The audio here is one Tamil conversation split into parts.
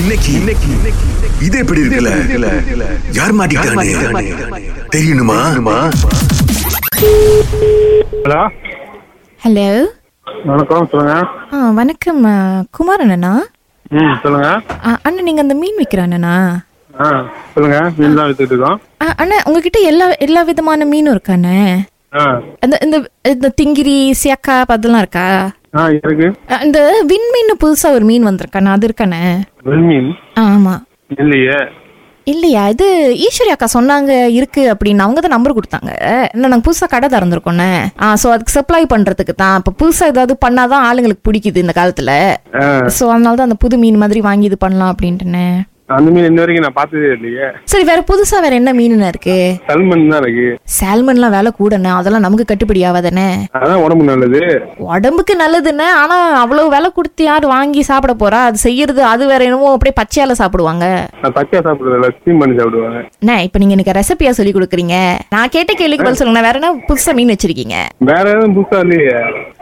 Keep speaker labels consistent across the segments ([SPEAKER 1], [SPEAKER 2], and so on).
[SPEAKER 1] இன்னைக்கு இன்னைக்கு இது எப்படி இருக்குல்ல யார் மாட்டிக்கிட்டானே தெரியணுமா
[SPEAKER 2] ஹலோ
[SPEAKER 3] ஹலோ
[SPEAKER 2] வணக்கம் சொல்லுங்க
[SPEAKER 3] ஆ வணக்கம் ஆ, குமார் அண்ணனா
[SPEAKER 2] ம் சொல்லுங்க
[SPEAKER 3] ஆ, அண்ணா நீங்கள் அந்த மீன் விற்கிற அண்ணனா
[SPEAKER 2] ஆ சொல்லுங்க மீன் தான் வித்துட்டு இருக்கோம்
[SPEAKER 3] ஆ, அண்ணா உங்ககிட்ட எல்லா எல்லா விதமான மீனும் இருக்காண்ணே
[SPEAKER 2] ஆ
[SPEAKER 3] அந்த இந்த இந்த திங்கிரி சியக்காப் அதெல்லாம் இருக்கா
[SPEAKER 2] ஆ இருக்கு
[SPEAKER 3] ஆ, இந்த விண்மீன் புதுசாக ஒரு மீன் வந்திருக்காண்ணா அது இருக்காண்ணே
[SPEAKER 2] மீன்
[SPEAKER 3] ஆமாம்
[SPEAKER 2] இல்லையே
[SPEAKER 3] இல்லையா இது ஈஸ்வரி அக்கா சொன்னாங்க இருக்கு அப்படின்னு அவங்க தான் நம்பர் கொடுத்தாங்க இல்லை நாங்கள் புதுசாக கடை திறந்துருக்கோண்ணே ஆ ஸோ அதுக்கு சப்ளை பண்ணுறதுக்கு தான் இப்போ புதுசாக ஏதாவது பண்ணாதான் ஆளுங்களுக்கு பிடிக்குது இந்த காலத்தில்
[SPEAKER 2] ஆ
[SPEAKER 3] ஸோ அதனால தான் அந்த புது மீன் மாதிரி வாங்கி இது பண்ணலாம் அப்படின்ட்டுண்ணே
[SPEAKER 2] அந்த மீன் இன்ன வரைக்கும் நான் பார்த்ததே இல்லையே
[SPEAKER 3] சரி வேற புதுசா வேற என்ன மீனுண்ணே இருக்கு
[SPEAKER 2] சல்மன் தான் இருக்கு
[SPEAKER 3] சால்மன்லாம் வேலை கூடண்ணே அதெல்லாம் நமக்கு கட்டுப்படி ஆகாதானே
[SPEAKER 2] அதான் உடம்பு நல்லது
[SPEAKER 3] உடம்புக்கு நல்லதுண்ணே ஆனா அவ்வளவு விலை கொடுத்து யார் வாங்கி சாப்பிட போறா அது செய்யறது அது வேற என்னமோ அப்படியே பச்சையால சாப்பிடுவாங்க
[SPEAKER 2] நான் பச்சையா சாப்பிடுறதில்ல ஸ்டீம் பண்ணி சாப்பிடுவாங்க
[SPEAKER 3] அண்ணே இப்போ நீங்க எனக்கு ரெசிபியா சொல்லி கொடுக்குறீங்க நான் கேட்ட கேள்விக்கு பதில் சொல்லுங்க வேற என்ன புதுசா மீன் வச்சிருக்கீங்க
[SPEAKER 2] வேற எதுவும் புதுசா இல்லையே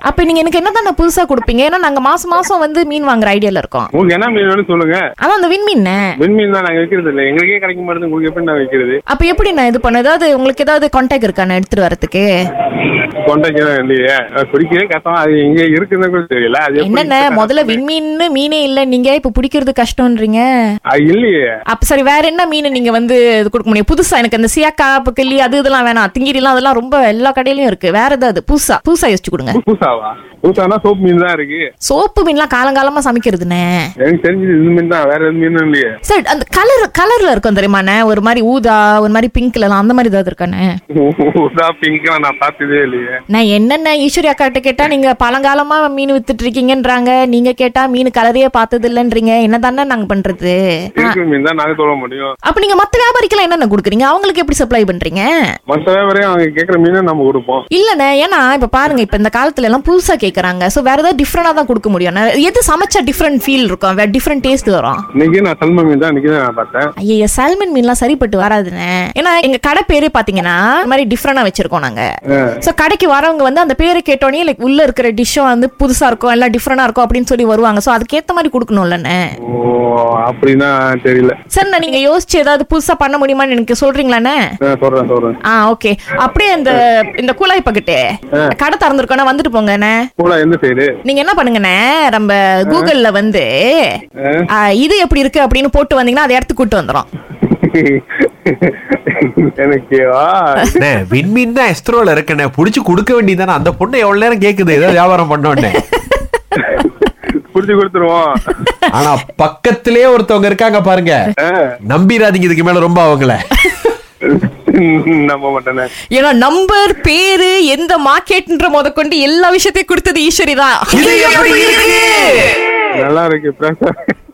[SPEAKER 3] அப்ப நீங்க எனக்கு என்ன தானே புதுசா கொடுப்பீங்க ஏன்னா நாங்க மாசம் மாசம் வந்து மீன் வாங்குற ஐடியால இருக்கோம்
[SPEAKER 2] உங்களுக்கு என்ன மீன் வேணும் சொல்லுங்க
[SPEAKER 3] அதான் அந்த வின் மீன்
[SPEAKER 2] வெண் மீன் தான் நாங்க வைக்கிறது இல்லை எங்களுக்கே கிடைக்க மாட்டேங்குது உங்களுக்கு எப்படி நான் வைக்கிறது
[SPEAKER 3] அப்ப எப்படி நான் இது பண்ண ஏதாவது உங்களுக்கு ஏதாவது கான்டாக்ட் இருக்காண்ணே எடுத்துட்டு வரதுக்கு
[SPEAKER 2] கொண்டைக்கு தான் இல்லையே அது பிடிக்கவே கஷ்டம் அது எங்க இருக்குன்னு கூட தெரியல அது எப்படி
[SPEAKER 3] என்னண்ணே முதல்ல விண்மீன்னு மீனே இல்ல நீங்க இப்ப பிடிக்கிறது கஷ்டம்ன்றீங்க
[SPEAKER 2] அது இல்லையே
[SPEAKER 3] அப்ப சரி வேற என்ன மீன் நீங்க வந்து இது கொடுக்க முடியும் புதுசா எனக்கு அந்த சியாக்கா அப்ப கிள்ளி அது இதெல்லாம் வேணாம் திங்கிரிலாம் அதெல்லாம் ரொம்ப எல்லா கடையிலயும் இருக்கு வேற ஏதாவது புதுசா புதுசா யோசிச்சு கொடுங்க
[SPEAKER 2] பூசாவா பூசானா சோப்பு மீன் தான் இருக்கு
[SPEAKER 3] சோப்பு மீன்லாம் காலங்காலமா சமைக்கிறதுண்ணே
[SPEAKER 2] எனக்கு தெரிஞ்சது இந்த மீன் தான் வேற எந்த மீனும் இல்லையே
[SPEAKER 3] சரி அந்த கலர் கலர்ல இருக்கும் தெரியுமாண்ணே ஒரு மாதிரி ஊதா ஒரு மாதிரி பிங்க்ல எல்லாம் அந்த மாதிரி ஏதாவது இருக்காண்ணே
[SPEAKER 2] ஊதா பிங்க்லாம் நான் பார்த்ததே இல்லையே
[SPEAKER 3] நான் என்னென்ன ஈஸ்வரி அக்கா கிட்ட கேட்டா நீங்க பழங்காலமா மீன் வித்துட்டு இருக்கீங்கன்றாங்க நீங்க கேட்டா மீன் கலரையே பார்த்தது இல்லைன்றீங்க என்னதானே நாங்க பண்றது
[SPEAKER 2] இருக்கிற மீன் தான் நாங்க சொல்ல முடியும்
[SPEAKER 3] அப்ப நீங்க மத்த வியாபாரிக்கெல்லாம் என்னென்ன கொடுக்குறீங்க அவங்களுக்கு எப்படி சப்ளை பண்றீங்க
[SPEAKER 2] மற்ற வியாபாரியும் அவங்க கேட்குற மீனை நம்ம கொடுப்போம்
[SPEAKER 3] இல்லண்ணே ஏன்னா இப்ப பாருங்க இப்ப இந்த காலத்துல எல்லாம் புதுசா கேக்குறாங்க சோ வேற ஏதாவது டிஃப்ரெண்டா தான் கொடுக்க முடியும் நான் எது சமைச்சா டிஃப்ரெண்ட் ஃபீல் இருக்கும் வேற டிஃப்ரெண்ட் டேஸ்ட் வரும்
[SPEAKER 2] இன்னைக்கு நான் சல்மன் மீன் தான் இன்னைக்கு தான் நான் பார்த்தேன்
[SPEAKER 3] ஐயா சால்மன் மீன்லாம் சரிப்பட்டு வராதுண்ணே ஏன்னா எங்க கடை பேரே பாத்தீங்கன்னா இந்த மாதிரி டிஃப்ரெண்டா வச்சிருக்கோம் நாங்க சோ கடைக்கு வரவங்க வந்து அந்த பேரை கேட்டோடனே லைக் உள்ள இருக்கிற டிஷ்ஷும் வந்து புதுசா இருக்கும் எல்லாம் டிஃப்ரெண்டா இருக்கும் அப்படின்னு சொல்லி வருவாங்க சோ அதுக்கேத்த மாதிரி கொடுக்கணும்லண்ணே
[SPEAKER 2] ஓ அப்படின்னா தெரியல
[SPEAKER 3] சரிண்ணா நீங்க யோசிச்சு ஏதாவது புதுசா பண்ண முடியுமான்னு எனக்கு சொல்றீங்களாண்ணே
[SPEAKER 2] ஆ, சொல்றேன் சொல்றேன்
[SPEAKER 3] ஆ ஓகே அப்படியே இந்த இந்த குழாய் பக்கெட்டு கடை திறந்துருக்கோண்ணே வந்துட்டு போங்கண்ணே
[SPEAKER 2] பூலா எந்த சைடு
[SPEAKER 3] நீங்க என்ன பண்ணுங்கண்ணே நம்ம கூகுள்ல வந்து ஆ, இது எப்படி இருக்கு அப்படின்னு போட்டு வந்தீங்கன்னா அதை எடுத்து கூட்டு வந்துரும்
[SPEAKER 2] எனக்கேவா
[SPEAKER 4] அண்ணே, விண்மீன் தான் எஸ்ட்ரோல இருக்கண்ணே புடிச்சு கொடுக்க வேண்டியதானே அந்த பொண்ணு எவ்வளவு நேரம் கேக்குது ஏதோ வியாபாரம் பண்ணோன்னே
[SPEAKER 2] புடிச்சு கொடுத்துருவோம்
[SPEAKER 4] ஆனா பக்கத்திலே ஒருத்தவங்க இருக்காங்க பாருங்க
[SPEAKER 2] ஆ,
[SPEAKER 4] நம்பிராதீங்க இதுக்கு மேல ரொம்ப அவங்கள
[SPEAKER 2] நம்ப மாட்டேனே
[SPEAKER 3] ஏன்னா நம்பர் பேரு எந்த மார்க்கெட்ன்ற முத கொண்டு எல்லா விஷயத்தையும் கொடுத்தது ஈஸ்வரி தான்
[SPEAKER 4] இது எப்படி இருக்கு
[SPEAKER 2] நல்லா இருக்கு பிரசா